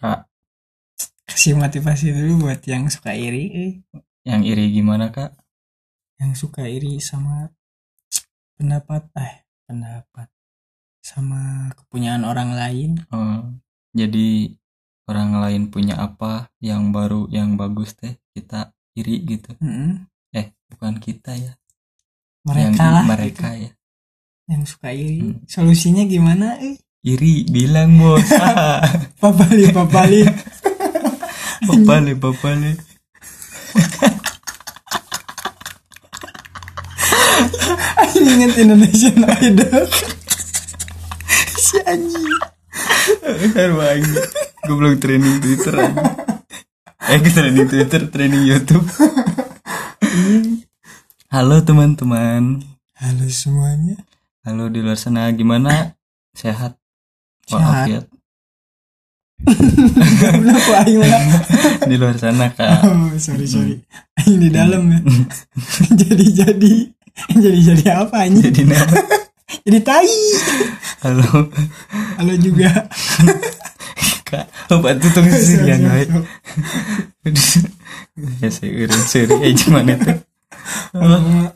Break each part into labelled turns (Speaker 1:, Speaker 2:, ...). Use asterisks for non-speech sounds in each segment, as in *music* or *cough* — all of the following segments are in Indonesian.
Speaker 1: Kak,
Speaker 2: kasih motivasi dulu buat yang suka iri eh.
Speaker 1: Hmm. yang iri gimana kak?
Speaker 2: yang suka iri sama pendapat eh pendapat sama kepunyaan orang lain
Speaker 1: Eh, jadi orang lain punya apa yang baru yang bagus teh kita iri gitu.
Speaker 2: Mm-mm.
Speaker 1: Eh bukan kita ya, yang
Speaker 2: mereka lah
Speaker 1: mereka
Speaker 2: gitu,
Speaker 1: ya.
Speaker 2: yang suka iri
Speaker 1: Hmm.
Speaker 2: solusinya gimana eh
Speaker 1: Iri bilang bos.
Speaker 2: *laughs* papali
Speaker 1: *laughs*
Speaker 2: papali *laughs*
Speaker 1: papale papale.
Speaker 2: Aing inget Indonesian Idol *laughs* si anjing
Speaker 1: Ntar lagi. Gue belum training Twitter aja. Eh training Twitter, training YouTube. Halo teman-teman.
Speaker 2: halo semuanya *laughs*
Speaker 1: Halo di luar sana gimana? Sehat?
Speaker 2: Sehat.
Speaker 1: Walafiat?
Speaker 2: Kenapa Aing malah-
Speaker 1: Di luar sana
Speaker 2: oh,
Speaker 1: kak.
Speaker 2: *laughs*
Speaker 1: Hmm.
Speaker 2: sorry sorry Aing di dalam ya *laughs* jadi jadi jadi jadi apa anjing
Speaker 1: Jadi nama.
Speaker 2: jadi tai
Speaker 1: Halo
Speaker 2: halo
Speaker 1: *laughs*
Speaker 2: juga
Speaker 1: kak. Obat tutung sendirian wae. *laughs* Ya seureun seuri aja mana teh. Halo,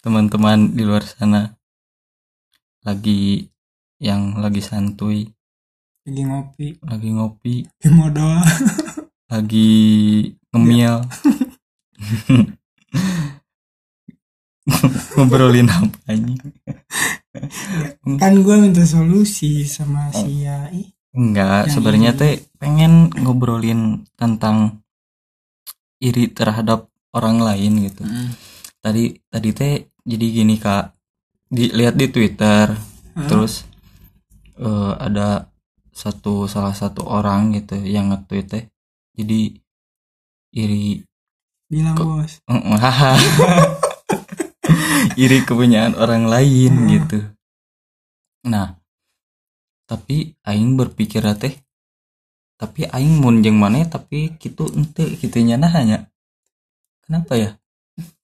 Speaker 1: Teman-teman di luar sana lagi yang lagi santuy,
Speaker 2: lagi ngopi
Speaker 1: lagi ngopi,
Speaker 2: lagi modal
Speaker 1: lagi ngemil ngobrolin apa anjing
Speaker 2: kan gue minta solusi
Speaker 1: Oh.
Speaker 2: sama si Yai
Speaker 1: enggak
Speaker 2: Yang
Speaker 1: sebenarnya
Speaker 2: ini.
Speaker 1: teh pengen ngobrolin tentang iri terhadap orang lain gitu tadi tadi teh jadi gini kak dilihat di twitter terus eh, ada satu salah satu orang gitu yang nge-tweet teh jadi iri
Speaker 2: bilang
Speaker 1: Kok-
Speaker 2: bos
Speaker 1: Mm, haha. *laughs* iri kepunyaan orang lain
Speaker 2: Hmm.
Speaker 1: gitu nah tapi aing berpikir teh tapi aing mun jeung maneh tapi gitu ente kitunya nah hanya kenapa ya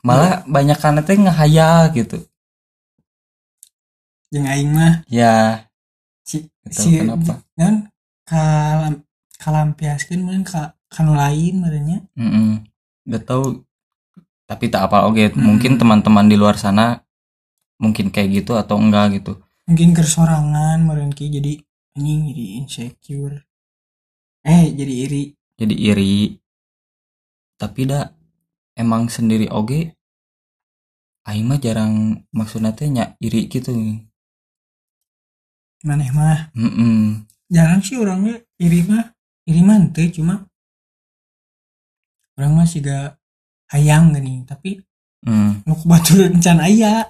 Speaker 1: malah
Speaker 2: Nah.
Speaker 1: banyak teh ngehayal gitu
Speaker 2: jeung aing mah
Speaker 1: ya
Speaker 2: si
Speaker 1: Nggak tahu
Speaker 2: si
Speaker 1: kenapa.
Speaker 2: kan kalam kalampiaskeun meureun ka kanu lain merenya
Speaker 1: mm gak tahu tapi tak apa oke
Speaker 2: Hmm.
Speaker 1: mungkin teman-teman di luar sana mungkin kayak gitu atau enggak gitu
Speaker 2: mungkin kersorangan meureun ki jadi anjing jadi insecure eh jadi iri
Speaker 1: jadi iri tapi dah emang sendiri oge aing mah jarang maksudnya teh nya iri gitu
Speaker 2: maneh mah
Speaker 1: Mm-mm.
Speaker 2: jarang sih orangnya iri mah iri mah henteu, cuma orang mah sih gak hayang gini tapi
Speaker 1: Mm.
Speaker 2: nu batur *laughs* encan
Speaker 1: *laughs*
Speaker 2: aya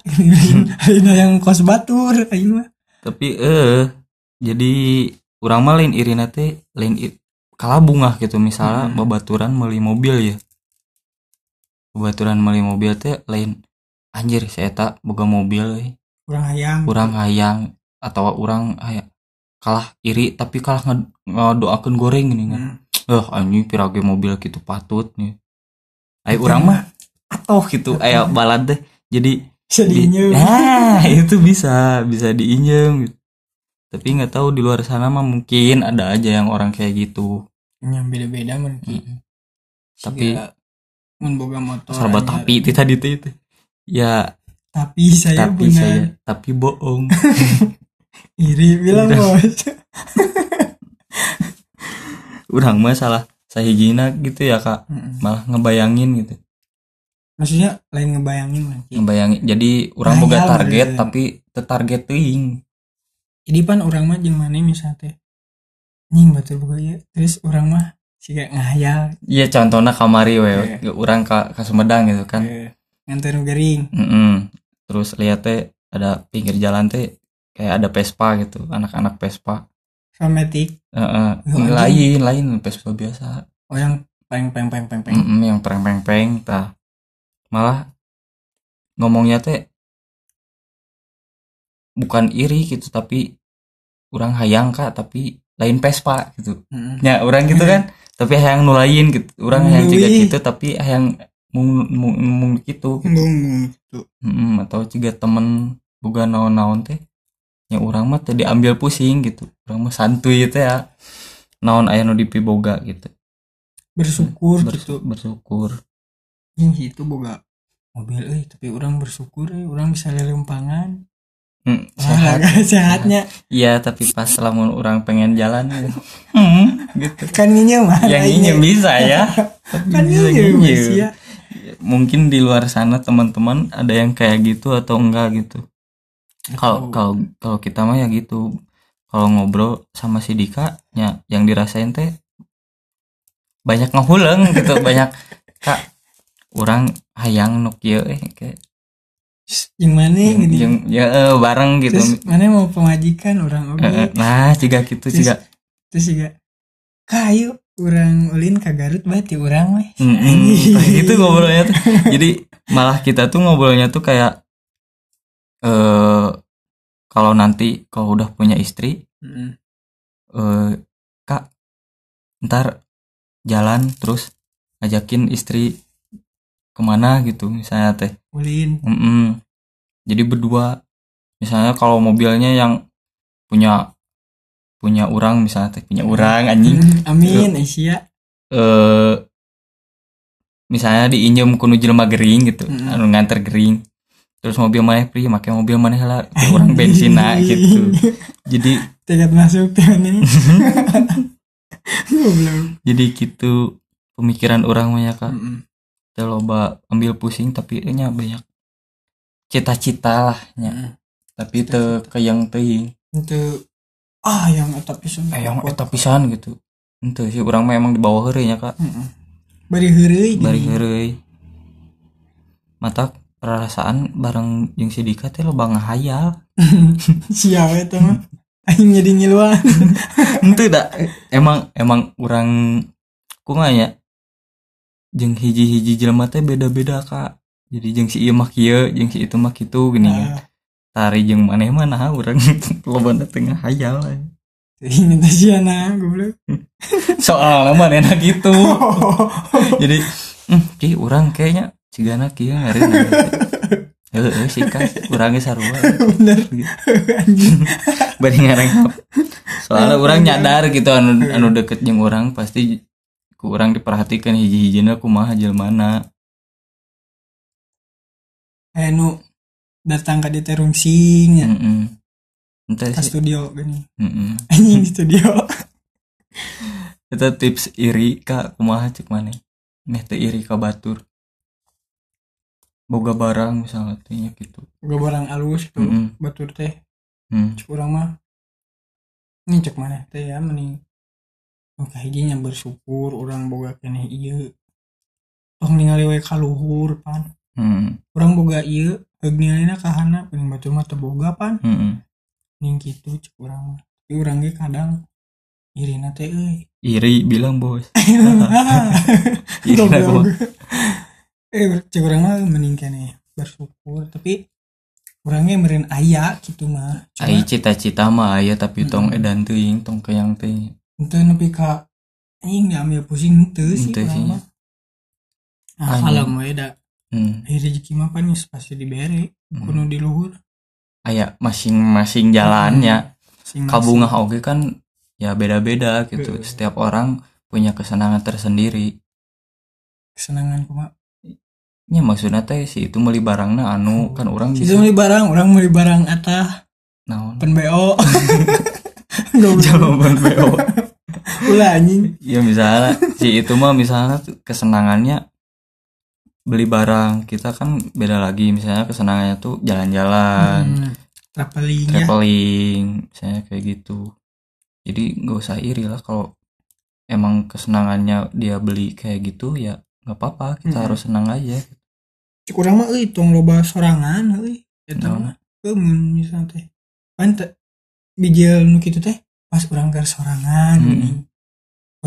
Speaker 2: ayeuna yang kos batur ayeuna mah
Speaker 1: tapi eh jadi urang mah lain iri teh lain i- kalabungah gitu misalnya
Speaker 2: Mm-mm.
Speaker 1: babaturan meuli mobil ya babaturan meuli mobil teh lain anjir si eta boga mobil euy.
Speaker 2: kurang hayang
Speaker 1: kurang hayang atau orang hayang kalah iri tapi kalah nge- ngedoakeun goreng gini kan
Speaker 2: Hmm.
Speaker 1: eh anjing pirage mobil gitu patut nih ayo orang mah atoh *laughs* gitu ayo balad deh jadi
Speaker 2: bisa diinyeum.
Speaker 1: nah *laughs* itu bisa bisa diinjem gitu tapi nggak tahu di luar sana mah mungkin ada aja yang orang kayak gitu
Speaker 2: yang beda-beda mungkin
Speaker 1: Hmm. Tapi-
Speaker 2: mun boga motor
Speaker 1: serba
Speaker 2: anyar.
Speaker 1: tapi itu tadi itu itu. ya
Speaker 2: tapi saya
Speaker 1: tapi
Speaker 2: benar
Speaker 1: saya tapi bohong *laughs*
Speaker 2: iri bilang
Speaker 1: Udah.
Speaker 2: bos
Speaker 1: orang mah salah sahigina gitu ya kak
Speaker 2: Mm-mm.
Speaker 1: malah ngebayangin gitu
Speaker 2: maksudnya lain ngebayangin lagi
Speaker 1: ngebayangin jadi orang
Speaker 2: Iya. Nah,
Speaker 1: boga
Speaker 2: iya,
Speaker 1: target
Speaker 2: bener.
Speaker 1: tapi tetarget ting
Speaker 2: jadi pan orang mah jeung mana misalnya teh nying batur boga ieu. terus orang mah sih gak ngahayal
Speaker 1: iya contohnya kamari we
Speaker 2: Iya.
Speaker 1: orang ka, ka Sumedang gitu kan
Speaker 2: Eh, nganter nu gering
Speaker 1: Mm-mm. terus lihat teh ada pinggir jalan teh kayak ada Vespa gitu anak-anak Vespa
Speaker 2: romantik
Speaker 1: Heeh.
Speaker 2: Ya, anjing.
Speaker 1: lain lain Vespa biasa
Speaker 2: oh yang peng peng peng peng peng
Speaker 1: Mm-mm, yang peng peng peng tah malah ngomongnya teh bukan iri gitu tapi kurang hayang kak tapi lain Vespa gitu
Speaker 2: Mm-mm.
Speaker 1: ya orang gitu
Speaker 2: *laughs*
Speaker 1: kan tapi hayang nulain gitu orang yang juga
Speaker 2: Nului.
Speaker 1: gitu tapi hayang mung mung, mung gitu
Speaker 2: Embung, embung, gitu.
Speaker 1: Mm, atau juga temen boga naon-naon teh yang orang mah teh diambil pusing gitu orang mah santuy teh ya naon aya nu dipiboga gitu
Speaker 2: bersyukur
Speaker 1: Bersu-
Speaker 2: gitu
Speaker 1: bersyukur
Speaker 2: yang itu boga mobil eh tapi orang bersyukur eh orang bisa lelempangan
Speaker 1: Hmm, sehat
Speaker 2: olahraga *laughs* sehatnya
Speaker 1: iya tapi pas lamun orang pengen jalan hmm, gitu
Speaker 2: kan nginya mah
Speaker 1: yang ini bisa ya Tapi
Speaker 2: kan
Speaker 1: bisa
Speaker 2: nginya
Speaker 1: nyinyir.
Speaker 2: Mas, ya
Speaker 1: mungkin di luar sana teman-teman ada yang kayak gitu atau enggak gitu kalau
Speaker 2: Betul.
Speaker 1: kalau kalau kita mah ya gitu kalau ngobrol sama si Dika ya yang dirasain teh banyak ngehuleng
Speaker 2: *laughs*
Speaker 1: gitu banyak kak orang hayang nu kieu eh kayak
Speaker 2: yang mana
Speaker 1: yang,
Speaker 2: gini
Speaker 1: yang- ya eh, bareng gitu
Speaker 2: terus mana mau pemajikan orang oke
Speaker 1: Eh, eh, nah jika gitu
Speaker 2: Terus-
Speaker 1: jika
Speaker 2: terus juga kayu orang ulin ke Garut berarti orang weh *laughs*
Speaker 1: Mm-mm, Mm, kayak gitu ngobrolnya tuh. Jadi malah kita tuh ngobrolnya tuh kayak eh kalau nanti kalau udah punya istri, eh Kak, ntar jalan terus ajakin istri kemana gitu misalnya teh.
Speaker 2: ulin
Speaker 1: Mm-mm. Jadi berdua misalnya kalau mobilnya yang punya punya orang misalnya teh punya orang anjing
Speaker 2: Hmm, amin Asia
Speaker 1: eh misalnya diinjem kuno jelema gering gitu
Speaker 2: Mm-mm.
Speaker 1: anu nganter gering terus mobil maneh pri make mobil maneh lah ke orang
Speaker 2: *laughs*
Speaker 1: bensina gitu jadi
Speaker 2: tegak masuk tahun *laughs*
Speaker 1: *laughs*
Speaker 2: ini belum
Speaker 1: jadi gitu pemikiran orang banyak kan kita loba ambil pusing tapi eh, nya banyak cita-cita lah nya tapi te kayang teuing
Speaker 2: untuk ah yang atap pisan
Speaker 1: ayang eta pisan gitu ente sih orang mah emang di bawah heureuy nya kak
Speaker 2: Heeh. bari heureuy
Speaker 1: bari
Speaker 2: gini.
Speaker 1: heureuy mata perasaan bareng jeung si Dika teh loba ngahayal
Speaker 2: siapa itu mah *laughs* aing jadi ngiluan
Speaker 1: Itu dah emang emang orang kumaha ya jeung hiji-hiji jelema teh beda-beda kak jadi jeung si ieu mah kieu jeung si itu mah kitu gini
Speaker 2: Ah,
Speaker 1: nya. tari jeung maneh mah nah urang *laughs* loba tengah hayal
Speaker 2: ini teh sia nah
Speaker 1: *laughs*
Speaker 2: goblok
Speaker 1: soalnya manehna gitu
Speaker 2: Oh.
Speaker 1: jadi hmm, ki urang kayaknya cigana kieu ngareun *laughs* heeh sih kan urangnya sarua
Speaker 2: *laughs* bener *laughs* anjing
Speaker 1: bari ngarengap soalnya orang nyadar gitu anu anu deket jeung orang pasti ku orang diperhatikan hiji-hijina kumaha jelmana
Speaker 2: eh nu datang ke DT Rungsing ya
Speaker 1: heeh entah
Speaker 2: ke
Speaker 1: sih
Speaker 2: studio gini *laughs*
Speaker 1: heeh
Speaker 2: anjing studio
Speaker 1: eta tips iri ka kumaha cek mana neh teu iri ka batur boga barang misalnya teh nya gitu
Speaker 2: gue barang alus gitu
Speaker 1: heeh
Speaker 2: batur teh
Speaker 1: heeh
Speaker 2: cek urang mah ini cek mana teh ya mending oke hiji nya bersyukur orang boga kene ieu tong ningali wae ka luhur pan
Speaker 1: heeh
Speaker 2: orang boga ieu heug ningalina ka hana mending batur mah teu boga pan
Speaker 1: heeh
Speaker 2: ning kitu cek urang mah tapi urang ge kadang irina teh euy
Speaker 1: iri bilang bos Irina
Speaker 2: Goblok.
Speaker 1: kumaha
Speaker 2: eh cek orang mah mending kene bersyukur tapi orangnya meren aya gitu mah
Speaker 1: ai cita-cita mah aya tapi tong
Speaker 2: Mm-mm.
Speaker 1: edan teuing tong kayang teuing
Speaker 2: Itu nepi ka anjing diambil pusing itu sih
Speaker 1: Henteu sih,
Speaker 2: orang mah. Nah,
Speaker 1: Anjing.
Speaker 2: kalau mau da
Speaker 1: hmm.
Speaker 2: eh, rezeki mah kan geus pasti dibere, kuno di luhur.
Speaker 1: aya masing-masing jalannya
Speaker 2: Hmm.
Speaker 1: kabungah oge kan ya beda-beda gitu
Speaker 2: Heeh.
Speaker 1: setiap orang punya kesenangan tersendiri
Speaker 2: kesenangan kumaha.
Speaker 1: ya maksudnya teh si itu beli barangnya anu kan orang
Speaker 2: Bisa
Speaker 1: bisa
Speaker 2: beli barang, orang beli barang atah
Speaker 1: naon *laughs*
Speaker 2: pen BO. Goblok
Speaker 1: jawaban bo
Speaker 2: ulah anjing.
Speaker 1: ya misalnya si itu mah misalnya tuh kesenangannya beli barang kita kan beda lagi misalnya kesenangannya tuh jalan-jalan
Speaker 2: Hmm, traveling ya.
Speaker 1: traveling misalnya kayak gitu jadi nggak usah iri lah kalau emang kesenangannya dia beli kayak gitu ya nggak apa-apa kita
Speaker 2: Mm-mm.
Speaker 1: harus senang aja
Speaker 2: Cik urang mah euy tong loba sorangan euy. Eta
Speaker 1: Naon?
Speaker 2: mah teu mun misalnya teh. Kan Pan teu bijil nu kitu teh pas urang keur sorangan
Speaker 1: Hmm.
Speaker 2: gini.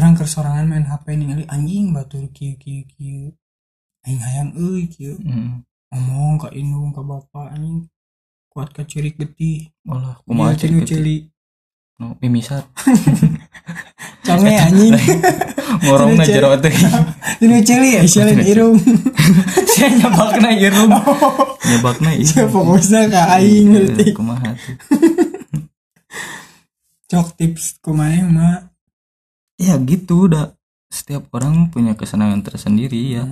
Speaker 2: Urang keur sorangan main HP ningali anjing batur kieu kieu kieu. Aing hayang euy kieu.
Speaker 1: Mm.
Speaker 2: Ngomong ka indung ka bapak anjing kuat ka curik Iya, getih.
Speaker 1: Walah,
Speaker 2: Kumaha
Speaker 1: kumaha cek
Speaker 2: celi
Speaker 1: gitu.
Speaker 2: celi.
Speaker 1: No,
Speaker 2: *laughs*
Speaker 1: mimisat.
Speaker 2: Cange ya, anjing. *laughs*
Speaker 1: Ngorongna
Speaker 2: Celi-celi.
Speaker 1: jero teh.
Speaker 2: *laughs* Celi celi ya celi di irung.
Speaker 1: Sia nyebakna ieu. Nyebakna
Speaker 2: Sia
Speaker 1: ieu.
Speaker 2: fokusna ka iya. aing berarti.
Speaker 1: Eh, Kumaha tuh.
Speaker 2: ya, Cok tips kumaha mah
Speaker 1: ya gitu udah setiap orang punya kesenangan tersendiri ya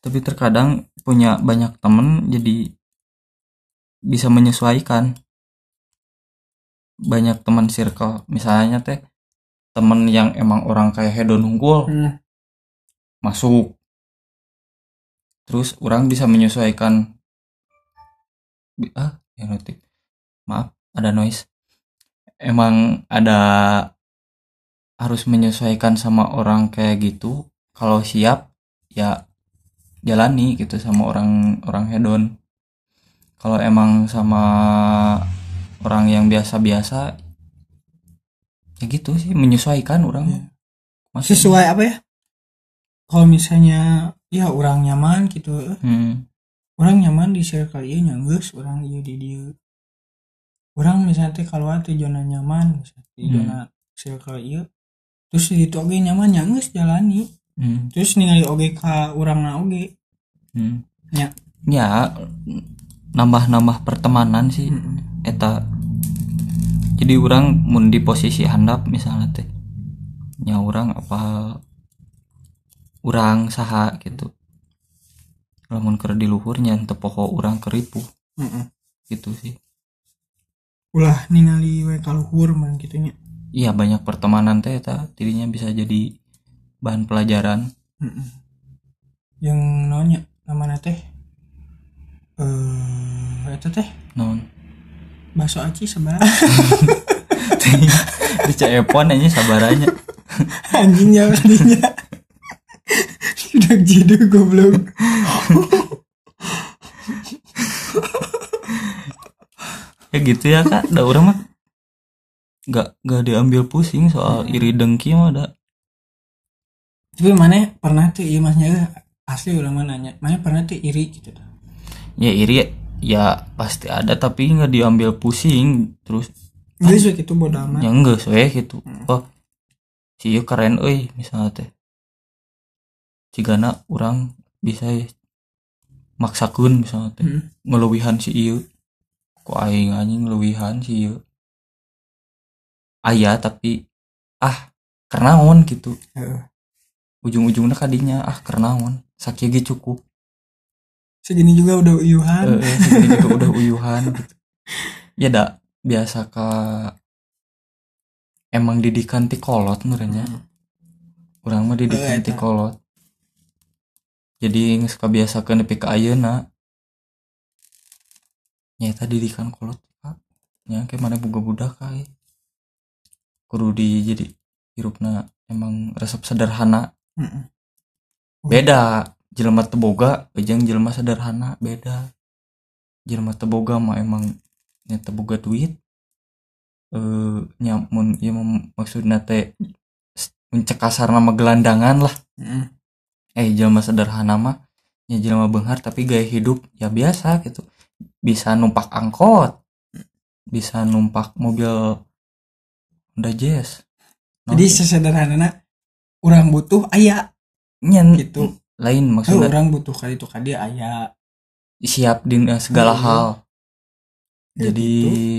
Speaker 1: tapi terkadang punya banyak temen jadi bisa menyesuaikan banyak teman circle misalnya teh temen yang emang orang kayak hedon unggul
Speaker 2: Hmm.
Speaker 1: masuk terus orang bisa menyesuaikan Bi- ah ya notif. maaf ada noise emang ada harus menyesuaikan sama orang kayak gitu kalau siap ya jalani gitu sama orang orang hedon kalau emang sama orang yang biasa-biasa ya gitu sih menyesuaikan orang
Speaker 2: Iya.
Speaker 1: Maksudnya.
Speaker 2: sesuai apa ya kalau misalnya ya orang nyaman gitu eh,
Speaker 1: hmm.
Speaker 2: orang nyaman di circle ieu nya geus, orang ieu di dieu orang misalnya teh keluar teh zona nyaman misalnya di
Speaker 1: Hmm.
Speaker 2: zona circle ieu terus di ditu oge nyaman nya geus jalani
Speaker 1: Hmm.
Speaker 2: terus ningali oge ka urang na oge
Speaker 1: Hmm.
Speaker 2: Ya.
Speaker 1: Ya, nambah-nambah pertemanan sih
Speaker 2: Mm-mm.
Speaker 1: eta. Jadi orang mun di posisi handap misalnya teh. Nya orang apa orang saha gitu. Lamun keur di luhurnya teu poho urang keripu
Speaker 2: Mm-mm.
Speaker 1: gitu sih.
Speaker 2: Hmm. ulah ningali we ka luhur mah kitu nya
Speaker 1: Iya banyak pertemanan teh eta dirinya bisa jadi bahan pelajaran.
Speaker 2: Mm-mm. yang nanya namanya teh eh eta teh
Speaker 1: Non.
Speaker 2: bakso aci sebelah
Speaker 1: *laughs* di cepon aja sabarannya.
Speaker 2: anjing ya pastinya jidak jiduk goblok
Speaker 1: ya gitu ya kak da orang mah nggak nggak diambil pusing soal iri dengki mah da
Speaker 2: tapi mana pernah tuh iya masnya asli udah mana nanya mana pernah tuh iri gitu tuh
Speaker 1: ya iri ya pasti ada tapi nggak diambil pusing terus
Speaker 2: gue suka itu gitu, bodo amat
Speaker 1: ya enggak sih gitu oh si ieu keren euy misalnya teh cigana orang bisa ya maksakeun misalnya teh
Speaker 2: Hmm.
Speaker 1: ngeluwihan si ieu ku aing anjing ngeluwihan si ieu aya tapi ah kenaon gitu
Speaker 2: Heeh.
Speaker 1: ujung-ujungnya kadinya ah kernaon sakit cukup
Speaker 2: segini juga udah uyuhan
Speaker 1: Eh, eh, segini juga udah uyuhan gitu ya dak biasa ka emang didikan ti kolot
Speaker 2: Hmm, iya.
Speaker 1: nurnya orang mah
Speaker 2: Eh,
Speaker 1: didikan
Speaker 2: eta.
Speaker 1: ti kolot jadi nggak suka biasa ke nepi ka ayeuna nyata didikan kolot pak ya kayak mana buka budak kai kudu di jadi hirupna emang resep sederhana
Speaker 2: Heeh.
Speaker 1: beda jelema teboga jeung jelema sederhana beda jelema teboga mah emang nya teboga duit eh nyamun ya maksudnya teh mencek kasar nama gelandangan lah
Speaker 2: Heeh.
Speaker 1: eh jelema sederhana mah ya jelema benghar tapi gaya hidup ya biasa gitu bisa numpak angkot bisa numpak mobil Honda Jazz Nah,
Speaker 2: jadi sesederhana orang butuh ayah
Speaker 1: nyen
Speaker 2: gitu
Speaker 1: lain
Speaker 2: Eh,
Speaker 1: maksudnya
Speaker 2: orang butuh kali itu kali ayah
Speaker 1: siap di eh, segala
Speaker 2: Hmm.
Speaker 1: hal
Speaker 2: Ya
Speaker 1: jadi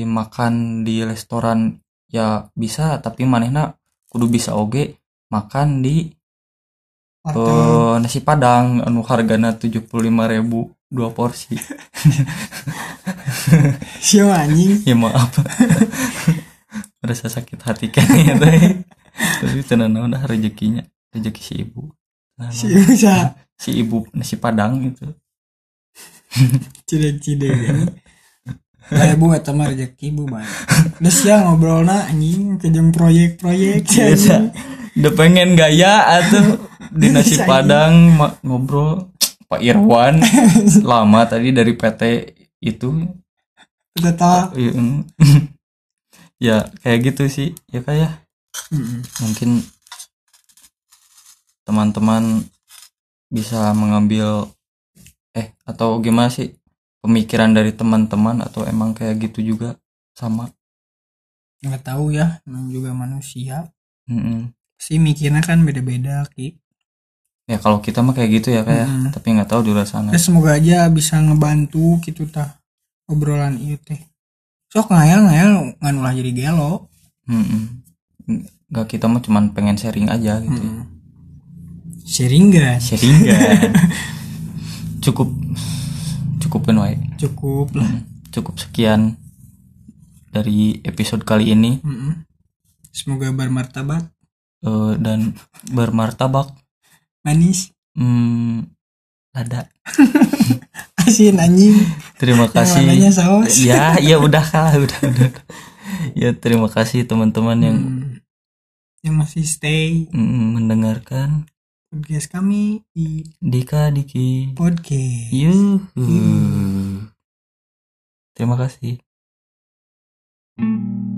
Speaker 1: makan di restoran ya bisa tapi manehna kudu bisa oge makan di
Speaker 2: gitu. oh. Warteg.
Speaker 1: eh, nasi padang anu hargana 75.000 dua porsi *laughs*
Speaker 2: Siapa anjing
Speaker 1: ya maaf *laughs* merasa sakit hati *laughs* kan ya teh tapi tenan naon dah rezekinya rezeki si ibu Tenan naon.
Speaker 2: siapa bisa
Speaker 1: si ibu nasi padang itu
Speaker 2: cide-cide *laughs* ini Lah bu eta mah rezeki bu bae. Terus ya ngobrolna anjing ke jeung proyek-proyek si
Speaker 1: Biasa.
Speaker 2: anjing.
Speaker 1: Iya, Udah pengen gaya atuh di nasi
Speaker 2: Bisa,
Speaker 1: Padang ma- ngobrol Pak Irwan lama tadi dari PT itu Iya, mm.
Speaker 2: Total.
Speaker 1: *laughs* ya kayak gitu sih ya kayak
Speaker 2: Mm-mm.
Speaker 1: mungkin teman-teman bisa mengambil eh atau gimana sih pemikiran dari teman-teman atau emang kayak gitu juga sama
Speaker 2: nggak tahu ya namanya juga manusia
Speaker 1: Mm-mm.
Speaker 2: sih mikirnya kan beda-beda ki
Speaker 1: ya kalau kita mah kayak gitu ya kayak
Speaker 2: Mm-mm.
Speaker 1: tapi nggak tahu di luar sana
Speaker 2: Ya, semoga aja bisa ngebantu gitu tah obrolan itu teh sok ngayal ngayal nganulah jadi gelo
Speaker 1: Mm-mm. nggak kita mah cuman pengen sharing aja gitu
Speaker 2: Mm.
Speaker 1: ya.
Speaker 2: sharing guys *laughs*
Speaker 1: sharing kan cukup cukupkan wae
Speaker 2: cukup lah
Speaker 1: cukup sekian dari episode kali ini
Speaker 2: Mm-mm. semoga bermartabat
Speaker 1: Eh, dan bermartabak
Speaker 2: manis *laughs*
Speaker 1: hmm, ada
Speaker 2: asin anjing
Speaker 1: terima
Speaker 2: yang
Speaker 1: kasih
Speaker 2: warnanya saus
Speaker 1: *laughs* ya ya udah kalah udah, udah. ya terima kasih teman-teman yang
Speaker 2: Hmm. yang masih stay
Speaker 1: mm, mendengarkan
Speaker 2: podcast kami di
Speaker 1: Dika Diki
Speaker 2: podcast
Speaker 1: Yuhu.
Speaker 2: Yuh.
Speaker 1: terima kasih